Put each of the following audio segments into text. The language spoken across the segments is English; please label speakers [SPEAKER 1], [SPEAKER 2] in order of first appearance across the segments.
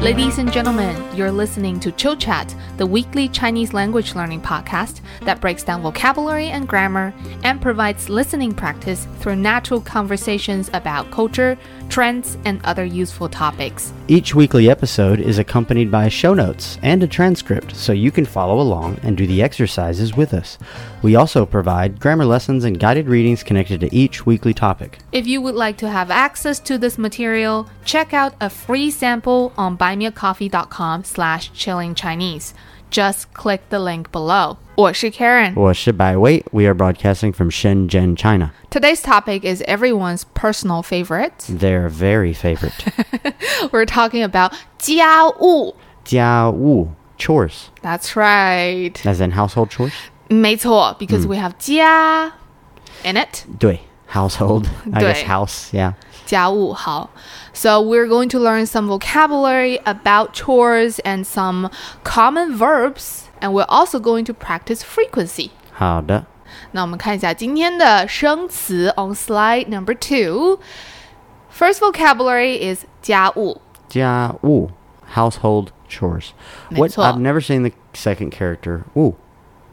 [SPEAKER 1] Ladies and gentlemen, you're listening to Chill Chat, the weekly Chinese language learning podcast that breaks down vocabulary and grammar and provides listening practice through natural conversations about culture, trends, and other useful topics.
[SPEAKER 2] Each weekly episode is accompanied by show notes and a transcript so you can follow along and do the exercises with us. We also provide grammar lessons and guided readings connected to each weekly topic.
[SPEAKER 1] If you would like to have access to this material, check out a free sample on buymeacoffee.com slash chillingchinese. Just click the link below. 我是 Karen.
[SPEAKER 2] 我是百味. We are broadcasting from Shenzhen, China.
[SPEAKER 1] Today's topic is everyone's personal favorite.
[SPEAKER 2] Their very favorite.
[SPEAKER 1] We're talking about 家务.
[SPEAKER 2] Jia Wu. Chores.
[SPEAKER 1] That's right.
[SPEAKER 2] As in household chores?
[SPEAKER 1] 没错, because we have 家 in it.
[SPEAKER 2] Dui. Household. I guess
[SPEAKER 1] 对。
[SPEAKER 2] house. Yeah.
[SPEAKER 1] 家务好. So we're going to learn some vocabulary about chores and some common verbs, and we're also going to practice frequency.
[SPEAKER 2] 好的.
[SPEAKER 1] 那我们看一下今天的生词 on slide number two. First vocabulary is 家务.
[SPEAKER 2] Jia Wu. Household chores. What
[SPEAKER 1] 没错。
[SPEAKER 2] I've never seen the second character. Wu.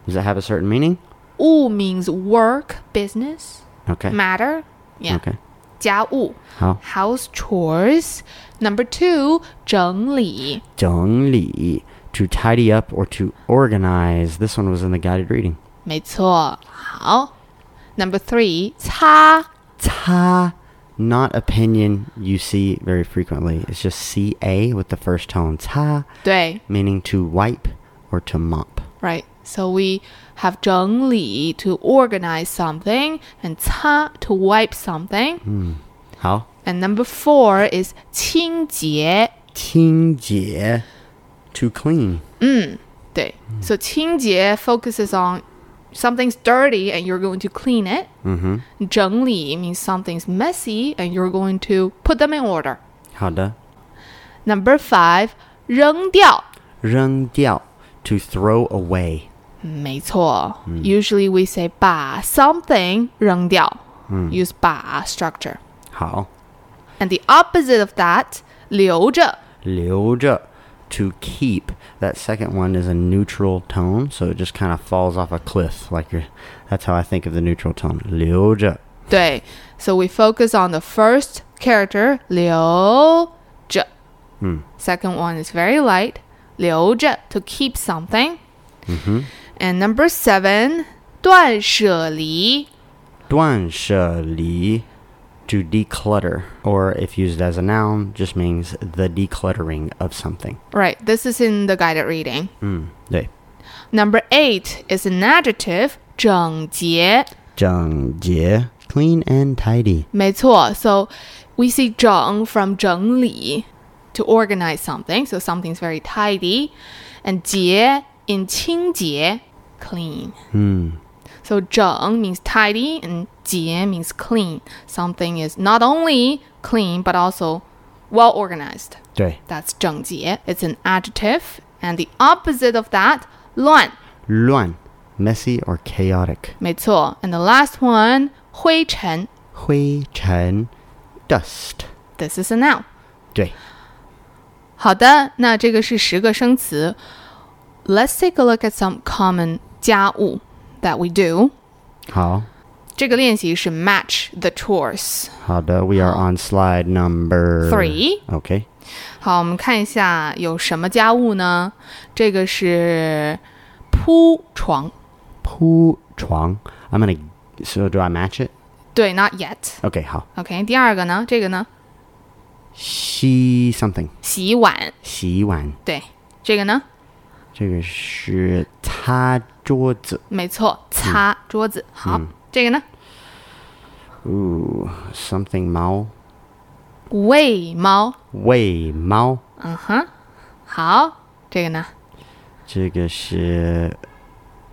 [SPEAKER 2] Does that have a certain meaning?
[SPEAKER 1] 务 means work, business,
[SPEAKER 2] Okay.
[SPEAKER 1] matter. Yeah.
[SPEAKER 2] Okay.
[SPEAKER 1] 家务
[SPEAKER 2] 好
[SPEAKER 1] house chores. Number two, 整理
[SPEAKER 2] 整理, to tidy up or to organize. This one was in the guided reading.
[SPEAKER 1] 没错。好，Number three,
[SPEAKER 2] Ta, not opinion you see very frequently. It's just C A with the first tone.
[SPEAKER 1] 擦。
[SPEAKER 2] Ta,
[SPEAKER 1] 对，right.
[SPEAKER 2] meaning to wipe or to mop.
[SPEAKER 1] So we have 整理 to organize something and 擦 to wipe something.
[SPEAKER 2] How?
[SPEAKER 1] And number four is 清洁
[SPEAKER 2] 清洁, to clean.
[SPEAKER 1] 对，so 清洁 focuses on something's dirty and you're going to clean it. 整理 means something's messy and you're going to put them in order.
[SPEAKER 2] Hada,
[SPEAKER 1] Number five，扔掉。
[SPEAKER 2] 扔掉, to throw away.
[SPEAKER 1] 没错、u s u a l l y we say 把 something 扔掉、u s e 把 structure。
[SPEAKER 2] 好,
[SPEAKER 1] And the opposite of that，留着。
[SPEAKER 2] 留着, to keep. That second one is a neutral tone, so it just kind of falls off a cliff. Like you're, that's how I think of the neutral tone. 留着.
[SPEAKER 1] 对，so we focus on the first character，留着。嗯，second one is very light，留着 to keep something。嗯哼。And Mm-hmm. number seven，断舍离。
[SPEAKER 2] 断舍离, to declutter, or if used as a noun, just means the decluttering of something.
[SPEAKER 1] Right, this is in the guided reading.
[SPEAKER 2] 对.
[SPEAKER 1] Number eight is an adjective，整洁。
[SPEAKER 2] 整洁, clean and tidy.
[SPEAKER 1] 没错，so we see 整 from 整理 to organize something, so something's very tidy, and 洁 in 清洁 clean. So 整 means tidy and 洁 means clean. Something is not only clean but also well organized.
[SPEAKER 2] 对.
[SPEAKER 1] That's 整洁. It's an adjective, and the opposite of that 乱.
[SPEAKER 2] 乱, messy or chaotic.
[SPEAKER 1] 没错. And the last one 灰尘.
[SPEAKER 2] 灰尘, dust.
[SPEAKER 1] This is a noun.
[SPEAKER 2] 对。
[SPEAKER 1] 好的，那这个是十个生词。Let's take a look at some common 家务 that we do。
[SPEAKER 2] 好,
[SPEAKER 1] 这个练习是 match the chores。
[SPEAKER 2] 好的, we are on slide number
[SPEAKER 1] Three.
[SPEAKER 2] Okay.
[SPEAKER 1] 好，我们看一下有什么家务呢？这个是铺床，
[SPEAKER 2] 铺床. I'm gonna. So do I match it?
[SPEAKER 1] 对，not yet。
[SPEAKER 2] Okay. 好.
[SPEAKER 1] OK，第二个呢？这个呢？
[SPEAKER 2] 洗 something.
[SPEAKER 1] 洗碗，
[SPEAKER 2] 洗碗.
[SPEAKER 1] 对，这个呢？
[SPEAKER 2] 这个是擦桌子。
[SPEAKER 1] 没错，擦桌子。好，这个呢？
[SPEAKER 2] Ooh, something 猫。
[SPEAKER 1] 喂猫。
[SPEAKER 2] 喂猫。
[SPEAKER 1] 嗯哼，好，这个呢？
[SPEAKER 2] 这个是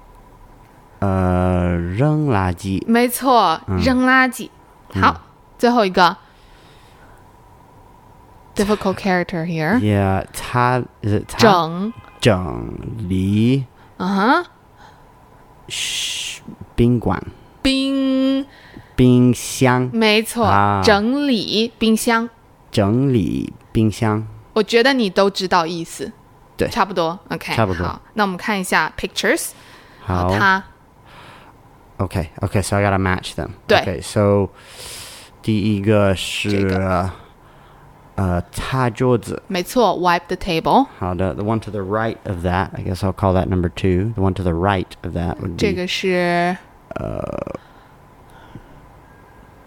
[SPEAKER 2] -呃，扔垃圾。
[SPEAKER 1] 没错，扔垃圾。
[SPEAKER 2] 嗯
[SPEAKER 1] 好，最后一个 difficult character here，
[SPEAKER 2] Yeah, 擦- is it 擦-
[SPEAKER 1] 整，Uh-huh.
[SPEAKER 2] 整理。
[SPEAKER 1] 嗯哼，
[SPEAKER 2] 嘘-宾馆。
[SPEAKER 1] 冰，
[SPEAKER 2] 冰箱。
[SPEAKER 1] 没错
[SPEAKER 2] 啊，
[SPEAKER 1] 整理冰箱。
[SPEAKER 2] 整理冰箱。
[SPEAKER 1] 我觉得你都知道意思，
[SPEAKER 2] 对
[SPEAKER 1] 差不多，OK，
[SPEAKER 2] 差不多
[SPEAKER 1] 好，那我们看一下 pictures，
[SPEAKER 2] 好
[SPEAKER 1] 它
[SPEAKER 2] Okay, okay, so I gotta match them.
[SPEAKER 1] 对。
[SPEAKER 2] Okay, so 第一个是呃擦桌子。
[SPEAKER 1] 没错，wipe the table，
[SPEAKER 2] 好的, the one to the right of that, I guess I'll call that number two. The one to the right of that would
[SPEAKER 1] 这
[SPEAKER 2] be
[SPEAKER 1] 个是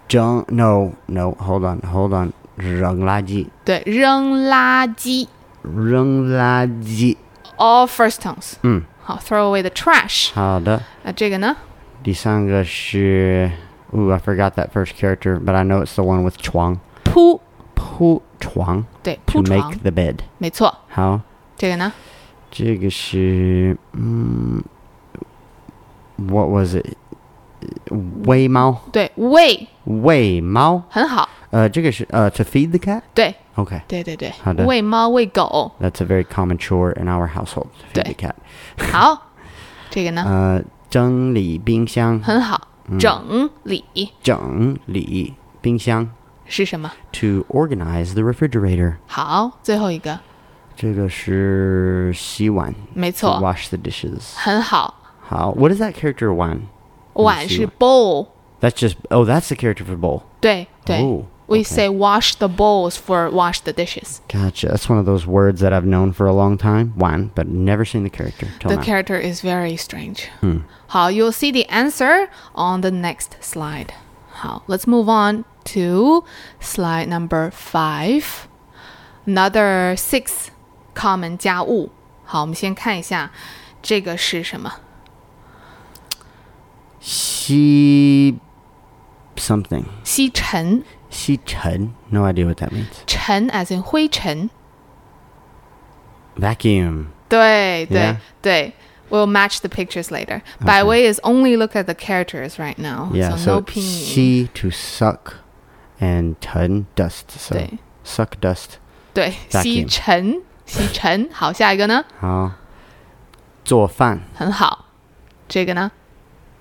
[SPEAKER 2] junk. No, no, hold on, hold on. 扔垃圾,
[SPEAKER 1] 对扔垃圾
[SPEAKER 2] 扔垃圾.
[SPEAKER 1] ，all first tones，
[SPEAKER 2] 嗯，
[SPEAKER 1] 好，throw away the trash，
[SPEAKER 2] 好的。
[SPEAKER 1] 那这个呢？
[SPEAKER 2] 第三个是 ooh, I forgot that first character, but I know it's the one with 床.
[SPEAKER 1] 铺，
[SPEAKER 2] 铺床
[SPEAKER 1] 对，
[SPEAKER 2] to
[SPEAKER 1] 铺床
[SPEAKER 2] make，the bed.
[SPEAKER 1] 没错，
[SPEAKER 2] 好。
[SPEAKER 1] 这个呢？
[SPEAKER 2] 这个是嗯，what was it？喂猫，
[SPEAKER 1] 对喂，
[SPEAKER 2] 喂猫，
[SPEAKER 1] 很好，
[SPEAKER 2] 呃，这个是呃，to feed the cat。
[SPEAKER 1] 对
[SPEAKER 2] Okay,
[SPEAKER 1] 对对对
[SPEAKER 2] 好，的
[SPEAKER 1] 喂猫喂 狗，
[SPEAKER 2] that's a very common chore in our household. to Feed
[SPEAKER 1] 对
[SPEAKER 2] the cat.
[SPEAKER 1] 好，这个呢？
[SPEAKER 2] 呃，整理冰箱，
[SPEAKER 1] 很好，
[SPEAKER 2] 嗯
[SPEAKER 1] 整理
[SPEAKER 2] 整理冰箱。
[SPEAKER 1] 是什么？
[SPEAKER 2] To organize the refrigerator，
[SPEAKER 1] 好，最后一个，
[SPEAKER 2] 这个是洗碗。
[SPEAKER 1] 没
[SPEAKER 2] To
[SPEAKER 1] 错，
[SPEAKER 2] wash the dishes.
[SPEAKER 1] 很好。
[SPEAKER 2] 好，What is that character one?
[SPEAKER 1] 碗
[SPEAKER 2] 洗
[SPEAKER 1] 是
[SPEAKER 2] 碗
[SPEAKER 1] bowl，
[SPEAKER 2] That's just oh, that's the character for bowl.
[SPEAKER 1] 对对。
[SPEAKER 2] 哦
[SPEAKER 1] We
[SPEAKER 2] ，OK
[SPEAKER 1] say wash the bowls for wash the dishes.
[SPEAKER 2] Gotcha. That's one of those words that I've known for a long time. One, but never seen the character till
[SPEAKER 1] The
[SPEAKER 2] now.
[SPEAKER 1] character is very strange.
[SPEAKER 2] Hmm.
[SPEAKER 1] 好，you'll see the answer on the next slide. 好，let's move on to slide number five. Another six common 家务。好，我们先看一下这个是什么。
[SPEAKER 2] she something.
[SPEAKER 1] 吸尘，
[SPEAKER 2] She Chen. No idea what that means.
[SPEAKER 1] 尘 as in 灰尘。
[SPEAKER 2] Vacuum.
[SPEAKER 1] 对对
[SPEAKER 2] Yeah.
[SPEAKER 1] 对。We'll match the pictures later. By way is only look at the characters right now.
[SPEAKER 2] Yeah.
[SPEAKER 1] Oh, so, no
[SPEAKER 2] So,
[SPEAKER 1] pinyin.
[SPEAKER 2] she to suck, and Chen dust. So
[SPEAKER 1] 对
[SPEAKER 2] suck dust.
[SPEAKER 1] 对，吸
[SPEAKER 2] Vacuum
[SPEAKER 1] 尘，吸尘。好，下一个呢？
[SPEAKER 2] How? 做饭.
[SPEAKER 1] 很好。这个呢？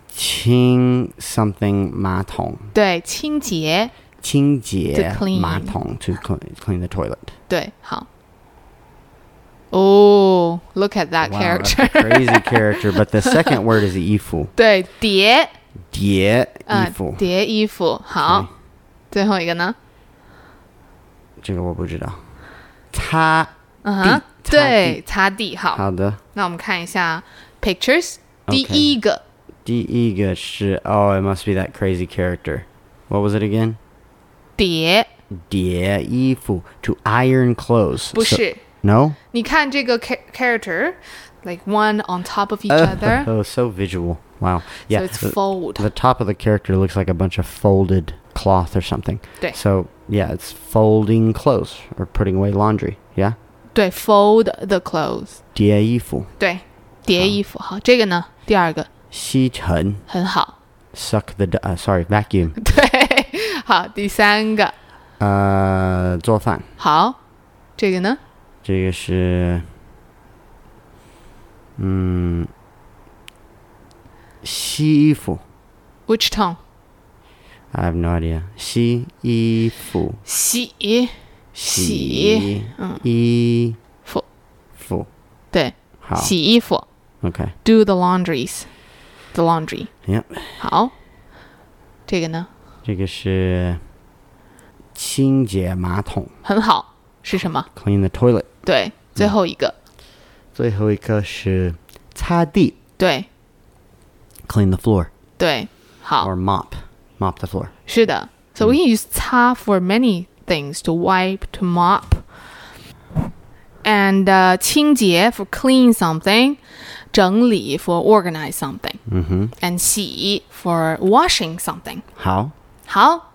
[SPEAKER 2] 清 something 马桶.
[SPEAKER 1] 对，清洁。
[SPEAKER 2] 清洁
[SPEAKER 1] To clean.
[SPEAKER 2] 马桶 to clean, clean the toilet.
[SPEAKER 1] 对，好。哦、l o o k at that
[SPEAKER 2] Wow, that's
[SPEAKER 1] character
[SPEAKER 2] a。crazy character. But the second word is 衣服.
[SPEAKER 1] 对，叠，
[SPEAKER 2] 叠
[SPEAKER 1] 嗯、
[SPEAKER 2] 衣服，
[SPEAKER 1] 叠衣服。好，最后一个呢？
[SPEAKER 2] 这个我不知道。擦
[SPEAKER 1] 嗯哼，
[SPEAKER 2] 地
[SPEAKER 1] 对，擦地。好，
[SPEAKER 2] 好的，
[SPEAKER 1] 那我们看一下 pictures。
[SPEAKER 2] OK
[SPEAKER 1] 第一个
[SPEAKER 2] 第一个是 Oh, it must be that crazy character. What was it again?
[SPEAKER 1] 叠
[SPEAKER 2] 叠衣服 to iron clothes.
[SPEAKER 1] 不
[SPEAKER 2] So-
[SPEAKER 1] 是
[SPEAKER 2] no.
[SPEAKER 1] 你看这个 cha- character。Like one on top of each other,
[SPEAKER 2] Oh, so visual. Wow.
[SPEAKER 1] so
[SPEAKER 2] Yeah.
[SPEAKER 1] it's
[SPEAKER 2] the-
[SPEAKER 1] fold.
[SPEAKER 2] the top of the character looks like a bunch of folded cloth or something.
[SPEAKER 1] 对
[SPEAKER 2] So yeah, it's folding clothes or putting away laundry. Yeah.
[SPEAKER 1] 对，fold the clothes，
[SPEAKER 2] 叠衣服，
[SPEAKER 1] 对，叠衣服。好，这个呢，第二个
[SPEAKER 2] 吸尘
[SPEAKER 1] 很好。
[SPEAKER 2] ，suck the du- 呃 sorry vacuum，
[SPEAKER 1] 对，好，第三个
[SPEAKER 2] 呃，做饭。
[SPEAKER 1] 好，这个呢？
[SPEAKER 2] 这个是，嗯，洗衣服。
[SPEAKER 1] Which tone？
[SPEAKER 2] I have no idea. 洗衣服，
[SPEAKER 1] 洗洗
[SPEAKER 2] 洗衣
[SPEAKER 1] 服，
[SPEAKER 2] 服。
[SPEAKER 1] 对，
[SPEAKER 2] 好
[SPEAKER 1] 洗衣服。
[SPEAKER 2] ，OK。
[SPEAKER 1] Do the laundries, the laundry。
[SPEAKER 2] Yep，
[SPEAKER 1] 好，这个呢
[SPEAKER 2] 这个是清洁马桶
[SPEAKER 1] 很好，是什么？
[SPEAKER 2] ，clean the toilet。
[SPEAKER 1] 对，最后一个，
[SPEAKER 2] 最后一个是擦地
[SPEAKER 1] 对
[SPEAKER 2] ，clean the floor
[SPEAKER 1] 对，好
[SPEAKER 2] or mop mop the floor。
[SPEAKER 1] 是的。So we can use 擦 for many things to wipe, to mop, and uh, 清洁 for clean something, 整理 for organize something,
[SPEAKER 2] 嗯
[SPEAKER 1] and 洗 for washing something.
[SPEAKER 2] 好，
[SPEAKER 1] 好，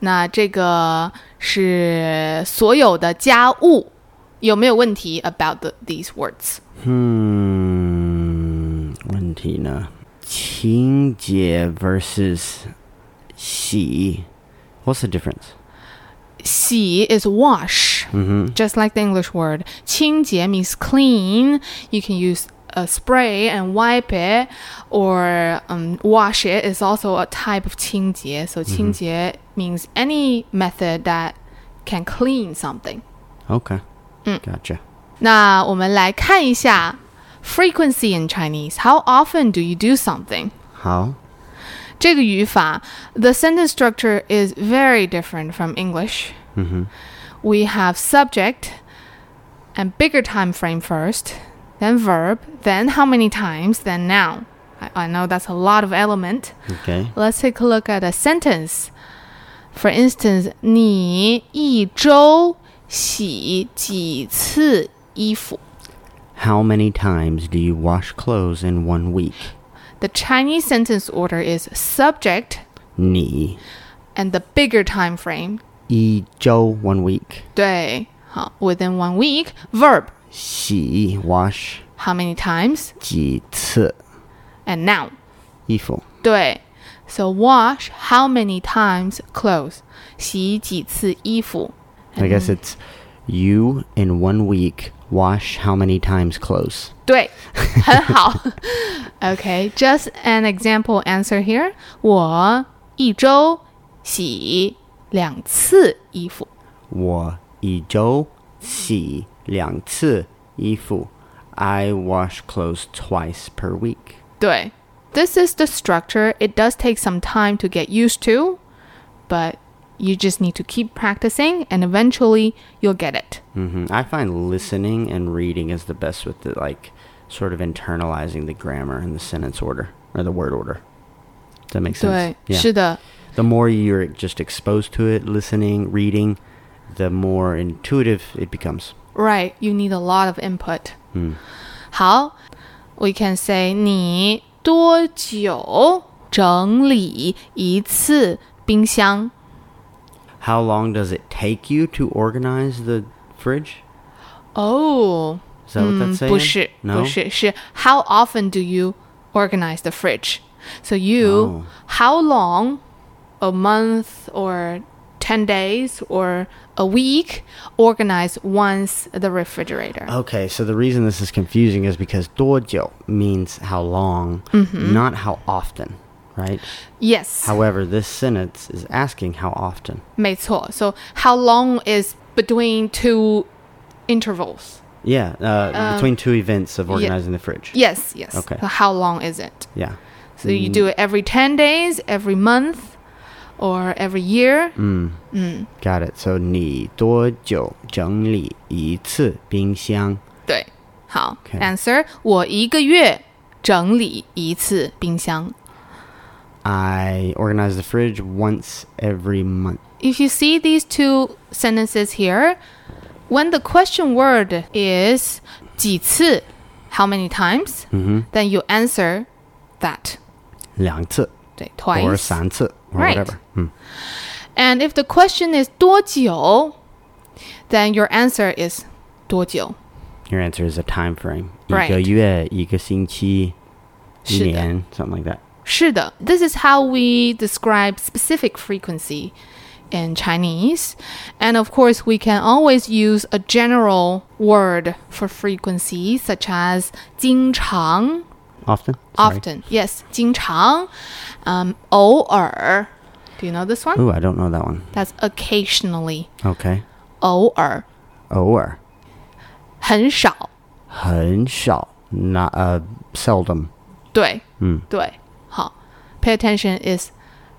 [SPEAKER 1] 那这个是所有的家务，有没有问题 about the, these words？
[SPEAKER 2] 嗯，问题呢？清洁 versus 洗，What's the difference？
[SPEAKER 1] 洗 is wash, just like the English word. 清洁 means clean. You can use a spray and wipe it, or um, wash it is also a type of 清洁. So 清洁 means any method that can clean something.
[SPEAKER 2] Okay. Gotcha.
[SPEAKER 1] 那我们来看一下 frequency in Chinese. How often do you do something?
[SPEAKER 2] 好，
[SPEAKER 1] 这个语法, the sentence structure is very different from English. We have subject and bigger time frame first, then verb, then how many times, then noun. I, I know that's a lot of element.
[SPEAKER 2] Okay.
[SPEAKER 1] Let's take a look at a sentence. For instance, 你一周洗几次衣服?
[SPEAKER 2] How many times do you wash clothes in one week?
[SPEAKER 1] The Chinese sentence order is subject
[SPEAKER 2] 你
[SPEAKER 1] and the bigger time frame.
[SPEAKER 2] 一周 one week
[SPEAKER 1] 对，好 within one week. Verb
[SPEAKER 2] 洗 wash
[SPEAKER 1] how many times
[SPEAKER 2] 几次
[SPEAKER 1] and noun
[SPEAKER 2] 衣服
[SPEAKER 1] 对。So wash how many times clothes 洗几次衣服
[SPEAKER 2] I guess it's you in one week wash how many times clothes?
[SPEAKER 1] 对，很好。okay, just an example answer here. 我一周洗两次衣服。
[SPEAKER 2] 我一周洗两次衣服. I wash clothes twice per week.
[SPEAKER 1] 对. This is the structure. It does take some time to get used to, but you just need to keep practicing and eventually you'll get it.
[SPEAKER 2] hmm I find listening and reading is the best with the like sort of internalizing the grammar and the sentence order or the word order. Does that make sense?
[SPEAKER 1] 对，是的。
[SPEAKER 2] The more you're just exposed to it, listening, reading, the more intuitive it becomes.
[SPEAKER 1] Right, you need a lot of input. 好 we can say 你多久整理一次冰箱?
[SPEAKER 2] How long does it take you to organize the fridge?
[SPEAKER 1] Oh,
[SPEAKER 2] Is that what that's saying?
[SPEAKER 1] 不是,
[SPEAKER 2] No?
[SPEAKER 1] 不是，是 how often do you organize the fridge? So you
[SPEAKER 2] Oh.
[SPEAKER 1] how long a month or 10 days or a week organize once the refrigerator.
[SPEAKER 2] Okay, so the reason this is confusing is because dojo means how long,
[SPEAKER 1] Mm-hmm.
[SPEAKER 2] not how often, right?
[SPEAKER 1] yes.
[SPEAKER 2] However, this sentence is asking how often.
[SPEAKER 1] 没错. So how long is between two intervals?
[SPEAKER 2] Yeah, uh,
[SPEAKER 1] Um,
[SPEAKER 2] between two events of organizing the fridge.
[SPEAKER 1] Yes, yes.
[SPEAKER 2] Okay.
[SPEAKER 1] So how long is it?
[SPEAKER 2] Yeah.
[SPEAKER 1] So you do it every 10 days, every month, or every year?
[SPEAKER 2] Mm. Got it. So 你多久整理一次冰箱?
[SPEAKER 1] 对，好
[SPEAKER 2] Okay.
[SPEAKER 1] answer 我一个月整理一次冰箱。
[SPEAKER 2] I organize the fridge once every month.
[SPEAKER 1] If you see these two sentences here, when the question word is 几次, how many times,
[SPEAKER 2] Mm-hmm.
[SPEAKER 1] then you answer that
[SPEAKER 2] 两次
[SPEAKER 1] 对,
[SPEAKER 2] or
[SPEAKER 1] twice.
[SPEAKER 2] 三次 or
[SPEAKER 1] Right.
[SPEAKER 2] whatever. Hmm.
[SPEAKER 1] And if the question is 多久, then your answer is 多久.
[SPEAKER 2] Your answer is a time frame.
[SPEAKER 1] Right.
[SPEAKER 2] 一个月,一个星期,
[SPEAKER 1] 是的。
[SPEAKER 2] 一年, something like that.
[SPEAKER 1] 是的, this is how we describe specific frequency in Chinese. And of course, we can always use a general word for frequency, such as 经常,
[SPEAKER 2] Often? Sorry.
[SPEAKER 1] often. Yes, 经常, um, 偶尔. Do you know this one?
[SPEAKER 2] Ooh, I don't know that one.
[SPEAKER 1] That's occasionally.
[SPEAKER 2] Okay.
[SPEAKER 1] 偶尔,
[SPEAKER 2] 偶尔,
[SPEAKER 1] 很少.
[SPEAKER 2] 很少, not, uh, seldom.
[SPEAKER 1] 对，嗯，对，好，pay attention is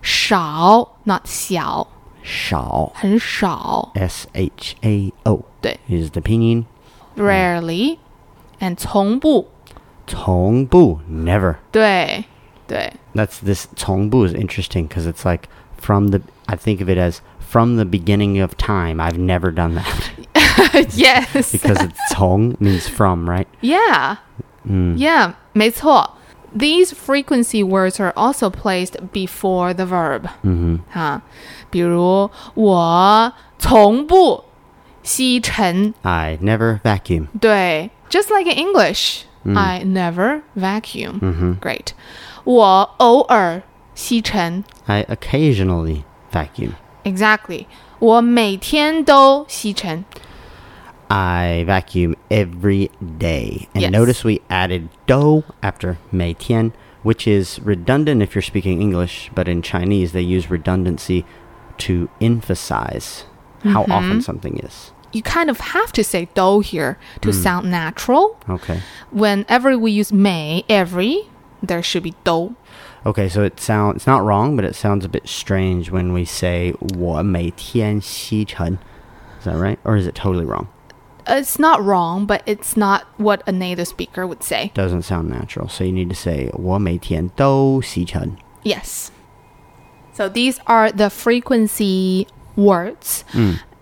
[SPEAKER 1] 少，not 小，
[SPEAKER 2] 少,
[SPEAKER 1] 很少
[SPEAKER 2] S-H-A-O
[SPEAKER 1] 对
[SPEAKER 2] is the pinyin.
[SPEAKER 1] ，rarely，and 从不，
[SPEAKER 2] 从不, never.
[SPEAKER 1] 对，对，
[SPEAKER 2] That's this 从不 is interesting because it's like from the, I think of it as from the beginning of time. I've never done that
[SPEAKER 1] yes，
[SPEAKER 2] because it's 从 means from, right?
[SPEAKER 1] Yeah. Yeah, 没错. These frequency words are also placed before the verb. 啊，比如我从不吸尘。对，just
[SPEAKER 2] I never vacuum.
[SPEAKER 1] like in English, I never vacuum. Great. 我偶尔吸尘。
[SPEAKER 2] I occasionally vacuum.
[SPEAKER 1] Exactly. 我每天都吸尘。
[SPEAKER 2] I vacuum every day. And
[SPEAKER 1] Yes.
[SPEAKER 2] notice we added do after 每天, which is redundant if you're speaking English, but in Chinese they use redundancy to emphasize how often something is.
[SPEAKER 1] you kind of have to say do here to sound natural.
[SPEAKER 2] Okay.
[SPEAKER 1] Whenever we use may, every, there should be do.
[SPEAKER 2] Okay, so it sound it's not wrong, but it sounds a bit strange when we say 我每天吸尘. Is that right? Or is it totally wrong?
[SPEAKER 1] Uh, It's not wrong, but it's not what a native speaker would say.
[SPEAKER 2] Doesn't sound natural. So you need to say 我每天都吸尘.
[SPEAKER 1] Yes. So these are the frequency words.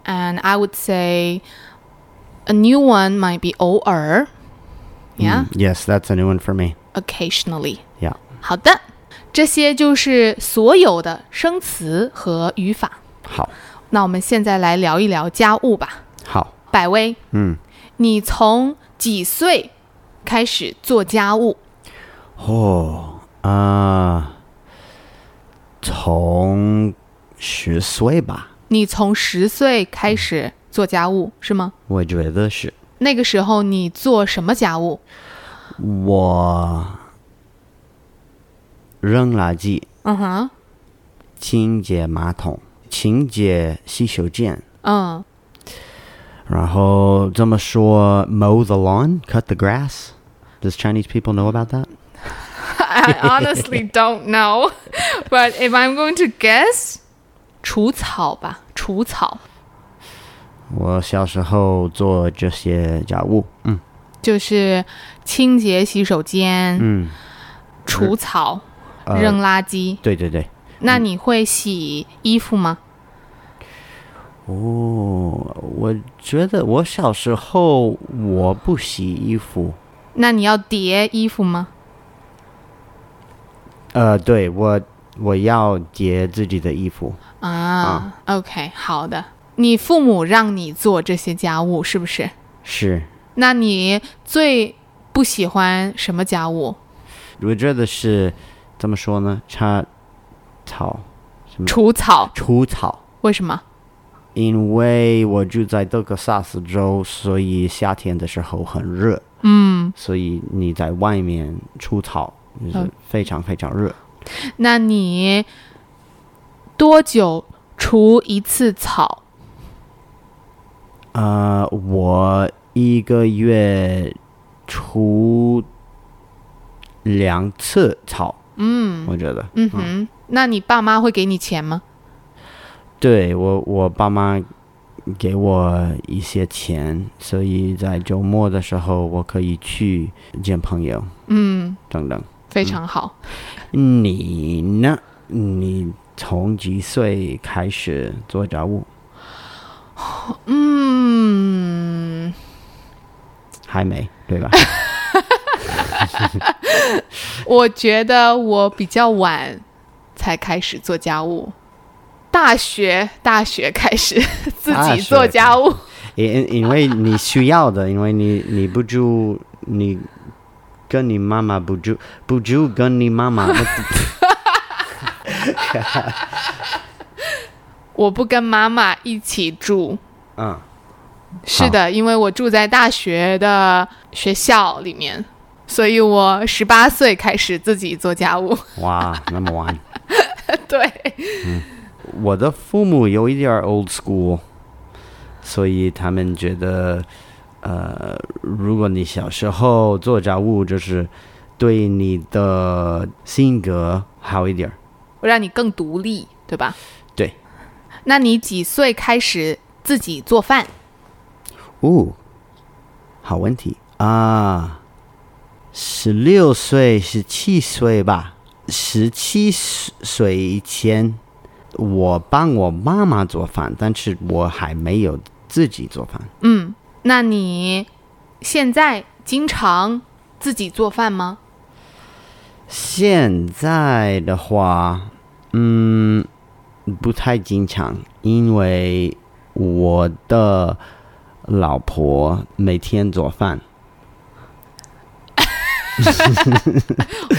[SPEAKER 1] And I would say a new one might be 偶尔. Yeah.
[SPEAKER 2] Mm, Yes, that's a new one for me.
[SPEAKER 1] Occasionally.
[SPEAKER 2] Yeah.
[SPEAKER 1] 好的，这些就是所有的生词和语法。那我们现在来聊一聊家务吧。百威，
[SPEAKER 2] 好.好.
[SPEAKER 1] 嗯，你从几岁开始做家务？
[SPEAKER 2] 哦，啊、从十岁吧，
[SPEAKER 1] 你从十岁开始做家务是吗？
[SPEAKER 2] 我觉得是
[SPEAKER 1] 那个时候你做什么家务？
[SPEAKER 2] 我扔垃圾、
[SPEAKER 1] 嗯哼，
[SPEAKER 2] 清洁马桶、清洁洗手间，
[SPEAKER 1] 嗯，
[SPEAKER 2] 然后这么说，mow the lawn, cut the grass. Does Chinese people know about that?
[SPEAKER 1] I honestly don't know, but if I'm going to guess，除草吧，除草
[SPEAKER 2] 我小时候做这些家务，嗯
[SPEAKER 1] 就是清洁洗手间、
[SPEAKER 2] 嗯，
[SPEAKER 1] 除草、
[SPEAKER 2] 呃
[SPEAKER 1] 扔垃圾。
[SPEAKER 2] 对对对，
[SPEAKER 1] 那你会洗衣服吗？
[SPEAKER 2] 哦，我觉得我小时候我不洗衣服，
[SPEAKER 1] 那你要叠衣服吗？
[SPEAKER 2] 呃，对我我要叠自己的衣服，
[SPEAKER 1] 啊 o k 好的。你父母让你做这些家务是不是？
[SPEAKER 2] 是，
[SPEAKER 1] 那你最不喜欢什么家务？
[SPEAKER 2] 我觉得是怎么说呢？插草，什么
[SPEAKER 1] 除草？
[SPEAKER 2] 除草？
[SPEAKER 1] 为什么？
[SPEAKER 2] 因为我住在德克萨斯州，所以夏天的时候很热，嗯，所以你在外面除草就是
[SPEAKER 1] 嗯
[SPEAKER 2] 非常非常热。
[SPEAKER 1] 那你多久除一次草？
[SPEAKER 2] 呃，我一个月除两次草，嗯，我觉得，
[SPEAKER 1] 嗯哼，那你爸妈会给你钱吗？
[SPEAKER 2] 对我我爸妈给我一些钱，所以在周末的时候我可以去见朋友，
[SPEAKER 1] 嗯，
[SPEAKER 2] 等等。
[SPEAKER 1] 非常好。
[SPEAKER 2] 你呢？你从几岁开始做家务？
[SPEAKER 1] 嗯，
[SPEAKER 2] 还没，对吧？嗯
[SPEAKER 1] 我觉得我比较晚才开始做家务，大学大学开始 自
[SPEAKER 2] 大
[SPEAKER 1] 己
[SPEAKER 2] 学
[SPEAKER 1] 做家务。
[SPEAKER 2] 因因为你需要的，因为你你不住，你跟你妈妈不住，不住跟你妈 妈。
[SPEAKER 1] 我不跟妈妈一起住。
[SPEAKER 2] 嗯，
[SPEAKER 1] 是的，因为我住在大学的学校里面，所以我十八岁开始自己做家务。
[SPEAKER 2] 哇，那么晚。
[SPEAKER 1] 对，
[SPEAKER 2] 我的父母有一点儿 old school，所以他们觉得，呃，如果你小时候做家务，就是对你的性格好一点儿。
[SPEAKER 1] 我让你更独立，对吧？
[SPEAKER 2] 对，
[SPEAKER 1] 那你几岁开始自己做饭？
[SPEAKER 2] 哦，好问题啊！十六岁、十七岁吧，十七岁以前，我帮我妈妈做饭，但是我还没有自己做饭。
[SPEAKER 1] 嗯，那你现在经常自己做饭吗？
[SPEAKER 2] 现在的话，嗯，不太经常，因为我的老婆每天做饭。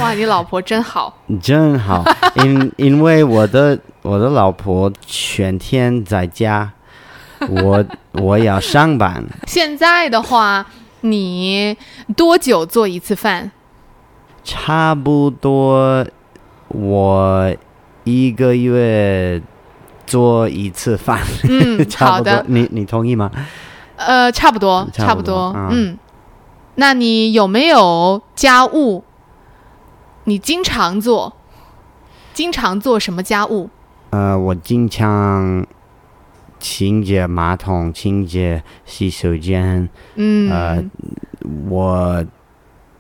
[SPEAKER 1] 哇，你老婆真好。
[SPEAKER 2] 真好，因因为我的我的老婆全天在家，我 我要上班，
[SPEAKER 1] 现在的话，你多久做一次 饭？
[SPEAKER 2] 差不多我一个月做一次饭，，
[SPEAKER 1] 嗯
[SPEAKER 2] 差
[SPEAKER 1] 好
[SPEAKER 2] 不多
[SPEAKER 1] 嗯的。，
[SPEAKER 2] 你你同意吗？
[SPEAKER 1] 呃，差不多，
[SPEAKER 2] 差
[SPEAKER 1] 差
[SPEAKER 2] 不
[SPEAKER 1] 不
[SPEAKER 2] 多
[SPEAKER 1] 多，
[SPEAKER 2] 啊
[SPEAKER 1] 嗯。那你有没有家务？你经常做，经常做什么家务？
[SPEAKER 2] 呃，我经常清洁马桶、清洁洗手间。
[SPEAKER 1] 嗯，
[SPEAKER 2] 呃，我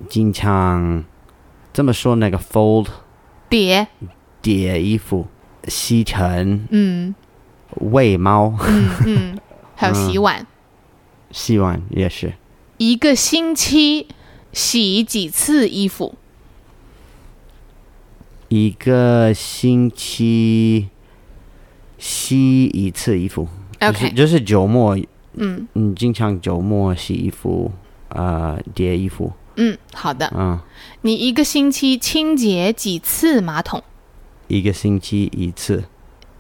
[SPEAKER 2] 经常这么说那个 fold
[SPEAKER 1] 叠，
[SPEAKER 2] 叠衣服、吸尘、
[SPEAKER 1] 嗯
[SPEAKER 2] 喂猫、
[SPEAKER 1] 嗯嗯，还有洗碗，
[SPEAKER 2] 洗碗也是。
[SPEAKER 1] 一个星期洗几次衣服？
[SPEAKER 2] 一个星期洗一次衣服就是
[SPEAKER 1] OK，
[SPEAKER 2] 就是周末，
[SPEAKER 1] 嗯
[SPEAKER 2] 嗯，经常周末洗衣服，呃，叠衣服，
[SPEAKER 1] 嗯，好的。
[SPEAKER 2] 嗯，
[SPEAKER 1] 你一个星期清洁几次马桶？
[SPEAKER 2] 一个星期一次。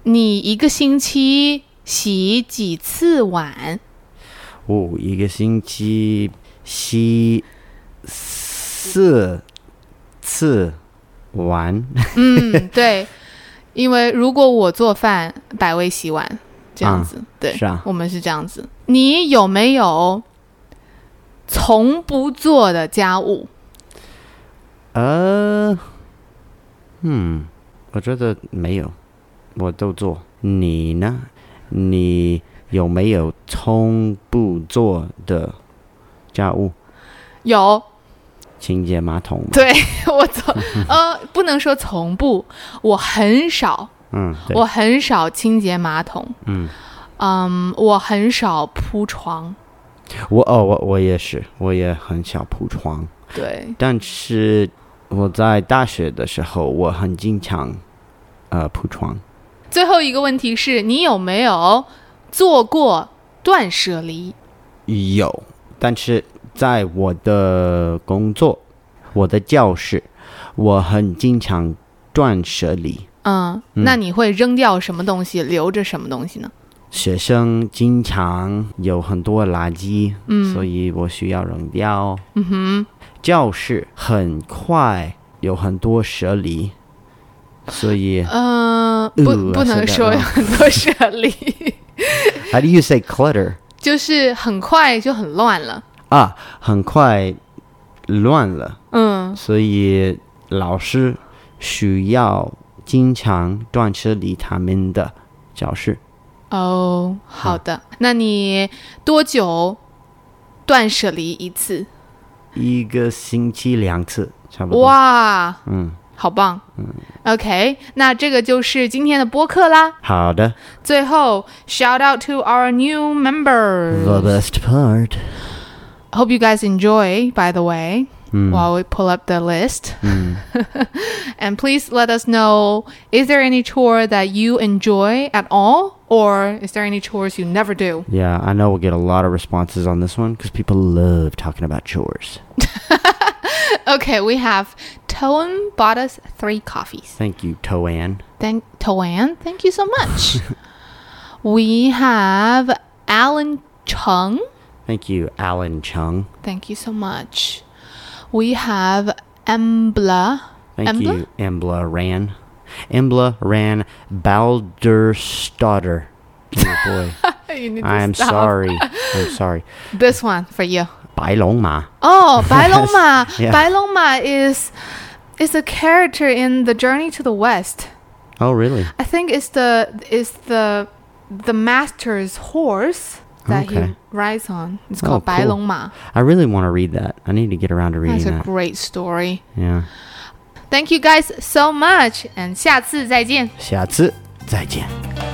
[SPEAKER 1] 你一个星期洗几次 碗？
[SPEAKER 2] 哦，一个星期洗四次碗，
[SPEAKER 1] 嗯，对，因为如果我做饭，百威洗碗，这样子，对，
[SPEAKER 2] 是啊，
[SPEAKER 1] 我们是这样子。你有没有从不做的家务？
[SPEAKER 2] 呃，嗯，我觉得没有，我都做。你呢？你有没有从不做的家务？
[SPEAKER 1] 有，
[SPEAKER 2] 清洁马桶吗？
[SPEAKER 1] 对我从呃，不能说从不，我很少，
[SPEAKER 2] 嗯，对
[SPEAKER 1] 我，很少清洁马桶，
[SPEAKER 2] 嗯，
[SPEAKER 1] 嗯，我很少铺床，
[SPEAKER 2] 我哦，我我也是，我也很少铺床，
[SPEAKER 1] 对，
[SPEAKER 2] 但是我在大学的时候，我很经常呃铺床。
[SPEAKER 1] 最后一个问题是你有没有做过断舍离？
[SPEAKER 2] 有，但是在我的工作，我的教室，我很经常断舍离。
[SPEAKER 1] 嗯，那你会扔掉什么东西，留着什么东西呢？
[SPEAKER 2] 学生经常有很多垃圾，
[SPEAKER 1] 嗯
[SPEAKER 2] 所以我需要扔掉。嗯哼，教室很快有很多舍离，所以
[SPEAKER 1] 嗯、不
[SPEAKER 2] 呃，嗯
[SPEAKER 1] 不能说有
[SPEAKER 2] 是的
[SPEAKER 1] 很多舍离，
[SPEAKER 2] how do you say clutter
[SPEAKER 1] 就是很快就很乱了。
[SPEAKER 2] 啊？很快乱了，
[SPEAKER 1] 嗯
[SPEAKER 2] 所以老师需要经常断舍离他们的教室。
[SPEAKER 1] 哦，
[SPEAKER 2] 嗯
[SPEAKER 1] 好的。那你多久断舍离一次？
[SPEAKER 2] 一个星期两次，差不多。
[SPEAKER 1] 哇，
[SPEAKER 2] 嗯，
[SPEAKER 1] 好棒！o k 那这个就是今天的播客啦。
[SPEAKER 2] 好的。
[SPEAKER 1] 最后，shout out to our new members.
[SPEAKER 2] The best part.
[SPEAKER 1] Hope you guys enjoy, by the way, while we pull up the list. and please let us know is there any chore that you enjoy at all, or is there any chores you never do?
[SPEAKER 2] Yeah, I know we'll get a lot of responses on this one because people love talking about chores.
[SPEAKER 1] Okay, we have Toan bought us three coffees.
[SPEAKER 2] Thank you, Toan.
[SPEAKER 1] Thank Toan, thank you so much. we have Alan Chung.
[SPEAKER 2] Thank you, Alan Chung.
[SPEAKER 1] Thank you so much. We have Embla.
[SPEAKER 2] Thank
[SPEAKER 1] Embla?
[SPEAKER 2] you, Embla Ran. Embla Ran Balderstotter. Oh boy.
[SPEAKER 1] You need to
[SPEAKER 2] I'm
[SPEAKER 1] stop.
[SPEAKER 2] sorry. I'm sorry.
[SPEAKER 1] This one for you.
[SPEAKER 2] Bai Long Ma.
[SPEAKER 1] Oh, Bai Long Ma.
[SPEAKER 2] Yeah.
[SPEAKER 1] Bai Long Ma is is a character in The Journey to the West.
[SPEAKER 2] Oh, really?
[SPEAKER 1] I think it's the is the the master's horse that
[SPEAKER 2] Okay.
[SPEAKER 1] he rides on. It's
[SPEAKER 2] Oh,
[SPEAKER 1] called Bai
[SPEAKER 2] cool.
[SPEAKER 1] Long Ma.
[SPEAKER 2] I really want to read that. I need to get around to reading
[SPEAKER 1] That's a
[SPEAKER 2] that.
[SPEAKER 1] great story.
[SPEAKER 2] yeah.
[SPEAKER 1] Thank you guys so much, and 下次再见。
[SPEAKER 2] 下次再见。